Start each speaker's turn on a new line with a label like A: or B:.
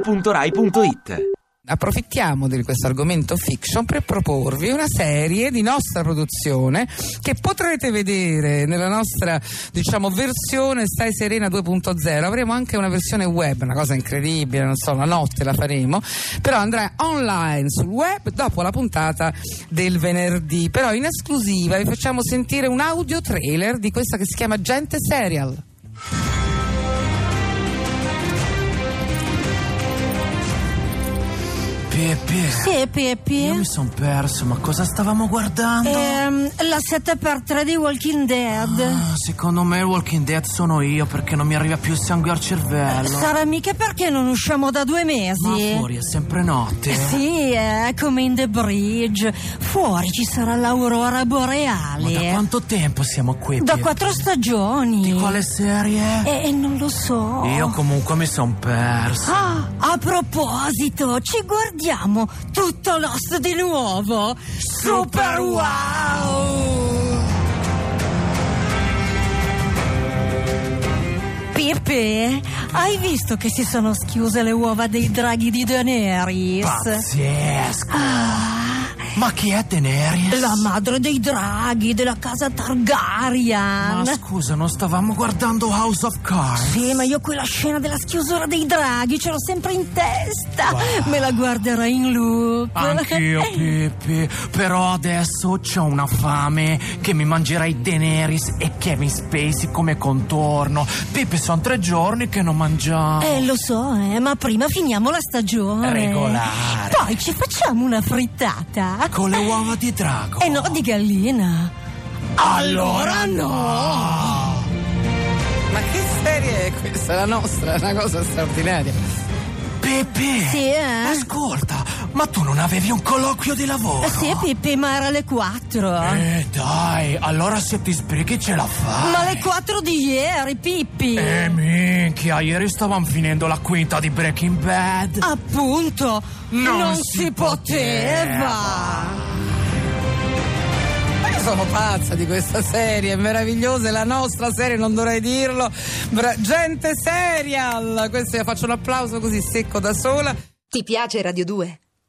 A: radio2pod.rai.it
B: approfittiamo di questo argomento fiction per proporvi una serie di nostra produzione che potrete vedere nella nostra diciamo versione Stai Serena 2.0 avremo anche una versione web una cosa incredibile non so la notte la faremo però andrà online sul web dopo la puntata del venerdì però in esclusiva vi facciamo sentire un audio trailer di questa che si chiama Gente Serial
C: Peppe,
D: Sì,
C: io mi
D: Peppi.
C: son perso, ma cosa stavamo guardando?
D: Ehm, la 7x3 di Walking Dead.
C: Ah, Secondo me il Walking Dead sono io perché non mi arriva più il sangue al cervello.
D: Sarà mica perché non usciamo da due
C: Ma
D: mesi?
C: fuori è sempre notte.
D: Eh, Sì, è come in The Bridge. Fuori ci sarà l'aurora
C: Ma da
D: boreale.
C: quanto tempo siamo qui?
D: Da Eh,
C: Pippo?
D: quattro stagioni.
C: Di quale serie?
D: E e non lo so.
C: Io comunque mi son perso.
D: Ah, a proposito, ci guardiamo tutto Lost di nuovo. Super wow! Peppe, hai visto che si sono schiuse le uova dei draghi di Daenerys?
C: Pazzesco.
D: Ah,
C: Ma chi è Daenerys?
D: la madre dei draghi della casa Targaryen.
C: Ma scusa, non stavamo guardando House of Cards?
D: Sì, ma io quella scena della schiusura dei draghi ce l'ho sempre in testa. Me la guarderò in loop. Eh,
C: Anch'io, Pippi. Però adesso c'ho una fame che mi mangerai Daenerys e Kevin Spacey come contorno. Pippi, sono tre giorni che non mangiamo.
D: Eh, lo so, eh, ma prima finiamo la stagione.
C: Regolare.
D: Poi ci facciamo una frittata.
C: Con le uova di drago.
D: E Eh. no, di gallina.
C: Allora no!
B: ma che serie è questa la nostra è una cosa straordinaria
C: Pippi!
D: Sì, eh?
C: Ascolta, ma tu non avevi un colloquio di lavoro?
D: Eh Sì, Pippi, ma era alle 4.
C: Boh. Eh, dai, allora se ti sbrighi ce la fai.
D: Ma alle 4 di ieri, Pippi.
C: Eh, minchia, ieri stavamo finendo la quinta di Breaking Bad.
D: Appunto,
C: Non
D: non,
C: si
D: si, poteva.
B: Ma Io Eh, sono pazza di questa serie, è meravigliosa, è la nostra serie, non dovrei dirlo. Bra- gente serial! Questo io faccio un applauso così secco da sola.
E: Ti piace Radio 2?